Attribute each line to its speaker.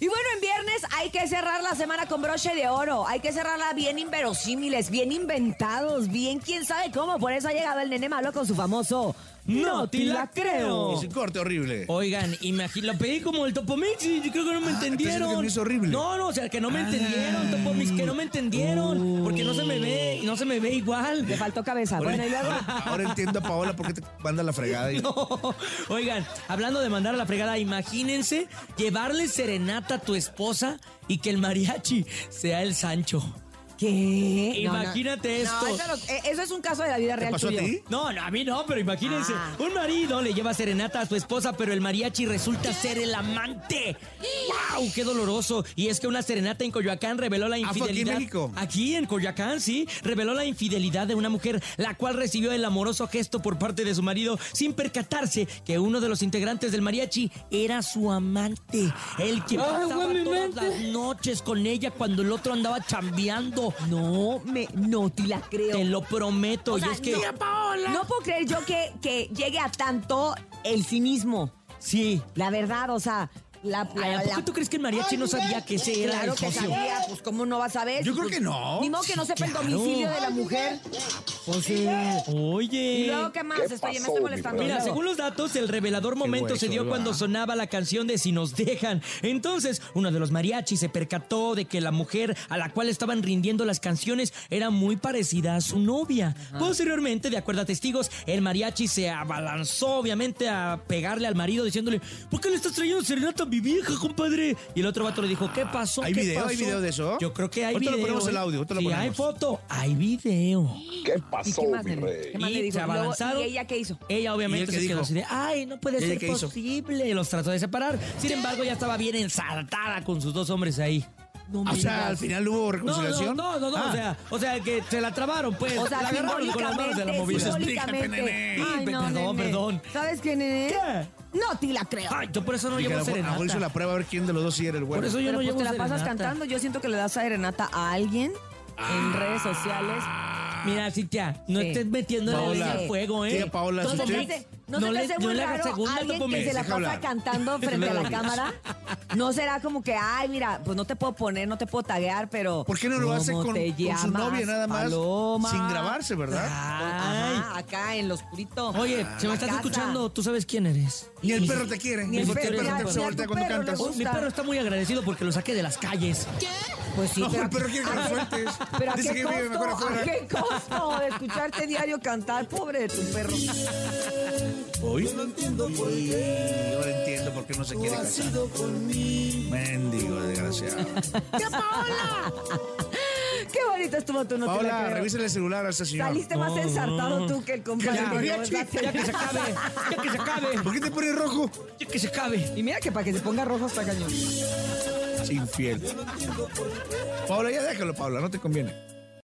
Speaker 1: Y bueno, en viernes hay que cerrar la semana con broche de oro. Hay que cerrarla bien inverosímiles, bien inventados, bien quién sabe cómo. Por eso ha llegado el nene malo con su famoso No te la creo.
Speaker 2: Es un corte horrible.
Speaker 3: Oigan, imagino, lo pedí como el Topomix y yo creo que no me entendieron.
Speaker 2: Ah, que no es horrible. Ah.
Speaker 3: No, no, o sea, que no me entendieron, Topomix, que no me entendieron, porque no se me ve, no se me ve igual.
Speaker 1: Le faltó cabeza.
Speaker 2: Ahora,
Speaker 1: Bueno, y luego.
Speaker 2: ahora- ahora entiendo a Paola por qué te manda la fregada. Y,
Speaker 3: Oigan, hablando de mandar a la fregada, imagínense llevarle serenata a tu esposa y que el mariachi sea el Sancho.
Speaker 1: ¿Qué? No, no. No,
Speaker 3: Imagínate esto.
Speaker 1: eso, no- eh, eso es un caso de la vida
Speaker 2: ¿Te
Speaker 1: real
Speaker 2: pasó a
Speaker 1: tuyo.
Speaker 2: ti?
Speaker 3: No, no, a mí no, pero imagínense.
Speaker 1: Ah.
Speaker 3: Un marido le lleva serenata a su esposa, pero el mariachi resulta ser el amante. ¡Wow! ¡Qué doloroso! Y es que una serenata en Coyoacán reveló la
Speaker 2: Ah, fue
Speaker 3: infidelidad.
Speaker 2: aquí en México.
Speaker 3: Aquí en Coyoacán, sí. Reveló la infidelidad de una mujer, la cual recibió el amoroso gesto por parte de su marido sin percatarse que uno de los integrantes del mariachi era su amante. El que
Speaker 1: Ah,
Speaker 3: pasaba todas las noches con ella cuando el otro andaba chambeando.
Speaker 1: No, me, no te la creo.
Speaker 3: Te lo prometo.
Speaker 1: O
Speaker 3: y
Speaker 1: sea,
Speaker 3: es que.
Speaker 1: no- No puedo creer yo que, que llegue a tanto el cinismo.
Speaker 3: Sí.
Speaker 1: La verdad, o sea, la,
Speaker 3: Ay,
Speaker 1: la-
Speaker 3: ¿A poco
Speaker 1: la-
Speaker 3: tú crees que el mariachi no sabía que ese era
Speaker 1: Claro
Speaker 3: el
Speaker 1: que
Speaker 3: socio?
Speaker 1: sabía, pues cómo no va a saber.
Speaker 2: Yo
Speaker 1: Si,
Speaker 2: creo
Speaker 1: pues,
Speaker 2: que no.
Speaker 1: Ni modo que no sepa el
Speaker 3: Claro.
Speaker 1: domicilio de la mujer.
Speaker 3: Pues sí. Oye.
Speaker 1: Y luego, ¿qué más?
Speaker 4: ¿Qué
Speaker 1: estoy, me
Speaker 4: pasó,
Speaker 1: estoy
Speaker 4: mi
Speaker 1: molestando.
Speaker 4: rey?
Speaker 3: Eh, Mira,
Speaker 1: Luego.
Speaker 3: según los datos, el revelador momento se dio cuando sonaba la canción de Si nos dejan. Entonces, uno de los mariachis se percató de que la mujer a la cual estaban rindiendo las canciones era muy parecida a su novia. Posteriormente, de acuerdo a testigos, el mariachi se abalanzó, obviamente, a pegarle al marido diciéndole: ¿Por qué le estás trayendo serenata a mi vieja, compadre? Y el otro vato le dijo: ¿Qué pasó?
Speaker 2: ¿Hay
Speaker 3: ¿Qué
Speaker 2: video? ¿Hay
Speaker 3: pasó?".
Speaker 2: video de eso?
Speaker 3: Yo creo que hay
Speaker 2: Ahorita
Speaker 3: video.
Speaker 2: lo ponemos el
Speaker 3: ¿eh?
Speaker 2: audio, ahorita lo
Speaker 3: Si hay
Speaker 2: ponemos.
Speaker 3: foto, hay video.
Speaker 4: ¿Qué
Speaker 1: ¿Y
Speaker 4: pasó,
Speaker 1: qué más,
Speaker 4: mi
Speaker 1: nene?
Speaker 4: rey?
Speaker 1: ¿Qué más
Speaker 3: Y
Speaker 1: le dijo?
Speaker 3: se
Speaker 1: Y luego,
Speaker 3: abalanzaron.
Speaker 1: ¿Y ella qué hizo?
Speaker 3: Ella
Speaker 2: ¿Y él
Speaker 3: obviamente
Speaker 2: qué
Speaker 3: se
Speaker 2: dijo?
Speaker 3: quedó así de, ay, no puede
Speaker 2: ¿Y ella
Speaker 3: ser
Speaker 2: qué hizo?
Speaker 3: posible. Los trató de separar. Sin embargo, ya estaba bien ensartada con sus dos hombres ahí.
Speaker 1: No
Speaker 2: o
Speaker 1: me
Speaker 2: sea,
Speaker 1: digas.
Speaker 2: al final hubo
Speaker 3: No, no,
Speaker 2: reconciliación.
Speaker 3: no, no, no,
Speaker 2: Ah,
Speaker 3: o sea, o sea que se la trabaron, pues.
Speaker 1: O sea,
Speaker 3: la agarraron con las manos de la
Speaker 1: simbólicamente,
Speaker 3: movida.
Speaker 2: simbólica.
Speaker 1: simbólicamente.
Speaker 2: Explícate,
Speaker 1: Ay,
Speaker 3: nene.
Speaker 1: no,
Speaker 3: Perdón,
Speaker 1: nene.
Speaker 3: perdón.
Speaker 1: ¿Sabes qué, nene?
Speaker 3: ¿Qué?
Speaker 1: No te la creo.
Speaker 3: Ay, yo por eso no
Speaker 2: y que a
Speaker 3: llevo
Speaker 2: lo mejor- a lo mejor hizo la
Speaker 3: serenata.
Speaker 2: prueba a ver quién de los dos sí era el bueno.
Speaker 3: Por eso yo
Speaker 1: Pero
Speaker 3: no
Speaker 1: pues
Speaker 3: llevo
Speaker 1: te la pasas
Speaker 3: serenata.
Speaker 1: cantando. Yo siento que le das serenata a alguien
Speaker 2: Ah.
Speaker 1: en redes sociales.
Speaker 3: Mira, Cintia, no
Speaker 1: Sí.
Speaker 3: estés metiendo
Speaker 2: Paola,
Speaker 3: la en fuego, ¿eh?
Speaker 2: tía Paola, si
Speaker 1: ¿No, se
Speaker 2: usted-
Speaker 1: te hace- no se te
Speaker 3: le-
Speaker 1: hace
Speaker 3: no
Speaker 1: muy
Speaker 3: le hagas
Speaker 1: raro
Speaker 3: segunda,
Speaker 1: alguien
Speaker 3: Topo
Speaker 1: que se la
Speaker 2: Deja
Speaker 1: pasa
Speaker 2: hablar.
Speaker 1: cantando frente a la cámara? ¿No será como que, ay, mira, pues no te puedo poner, no te puedo taguear, pero...
Speaker 2: ¿Por qué no lo hace
Speaker 1: ¿cómo
Speaker 2: con,
Speaker 1: te
Speaker 2: con su
Speaker 1: llamas,
Speaker 2: novia nada más?
Speaker 1: Paloma?
Speaker 2: Sin grabarse, ¿verdad?
Speaker 3: Ay.
Speaker 1: Ajá, acá en lo oscurito.
Speaker 3: Oye, si me
Speaker 1: La
Speaker 3: estás
Speaker 1: casa.
Speaker 3: escuchando, tú sabes quién eres.
Speaker 2: Ni el perro te quiere.
Speaker 1: Ni el
Speaker 2: Porque
Speaker 1: perro,
Speaker 3: mira, mira,
Speaker 2: te voltea
Speaker 1: tu
Speaker 2: cuando
Speaker 1: perro le
Speaker 2: cantas.
Speaker 1: gusta.
Speaker 3: Mi perro está muy agradecido porque lo saqué de las calles.
Speaker 1: Pues sí,
Speaker 2: No,
Speaker 1: pero,
Speaker 2: el perro quiere que lo
Speaker 1: ¿a qué-
Speaker 2: sueltes.
Speaker 1: Pero ¿a qué,
Speaker 2: Dice que vive mejor
Speaker 1: costo,
Speaker 2: afuera.
Speaker 1: ¿a qué costo de escucharte diario cantar? Pobre de tu perro.
Speaker 2: Hoy no entiendo por qué. Y ahora entiendo por qué no se quiere casar. Mendigo, desgraciado.
Speaker 1: Qué bonito estuvo tú, no te la
Speaker 2: Paola,
Speaker 1: creo.
Speaker 2: revísale el celular a esta señora.
Speaker 1: Saliste más ensartado tú que el compadre.
Speaker 2: Que el mariachi.
Speaker 1: ¿verdad?
Speaker 3: Ya que se acabe, ya que se acabe,
Speaker 2: ¿Por qué te pones rojo?
Speaker 3: ya que se acabe.
Speaker 1: Y mira que para que se ponga rojo está cañón.
Speaker 2: Es infiel. Paola, ya déjalo, Paola, no te conviene.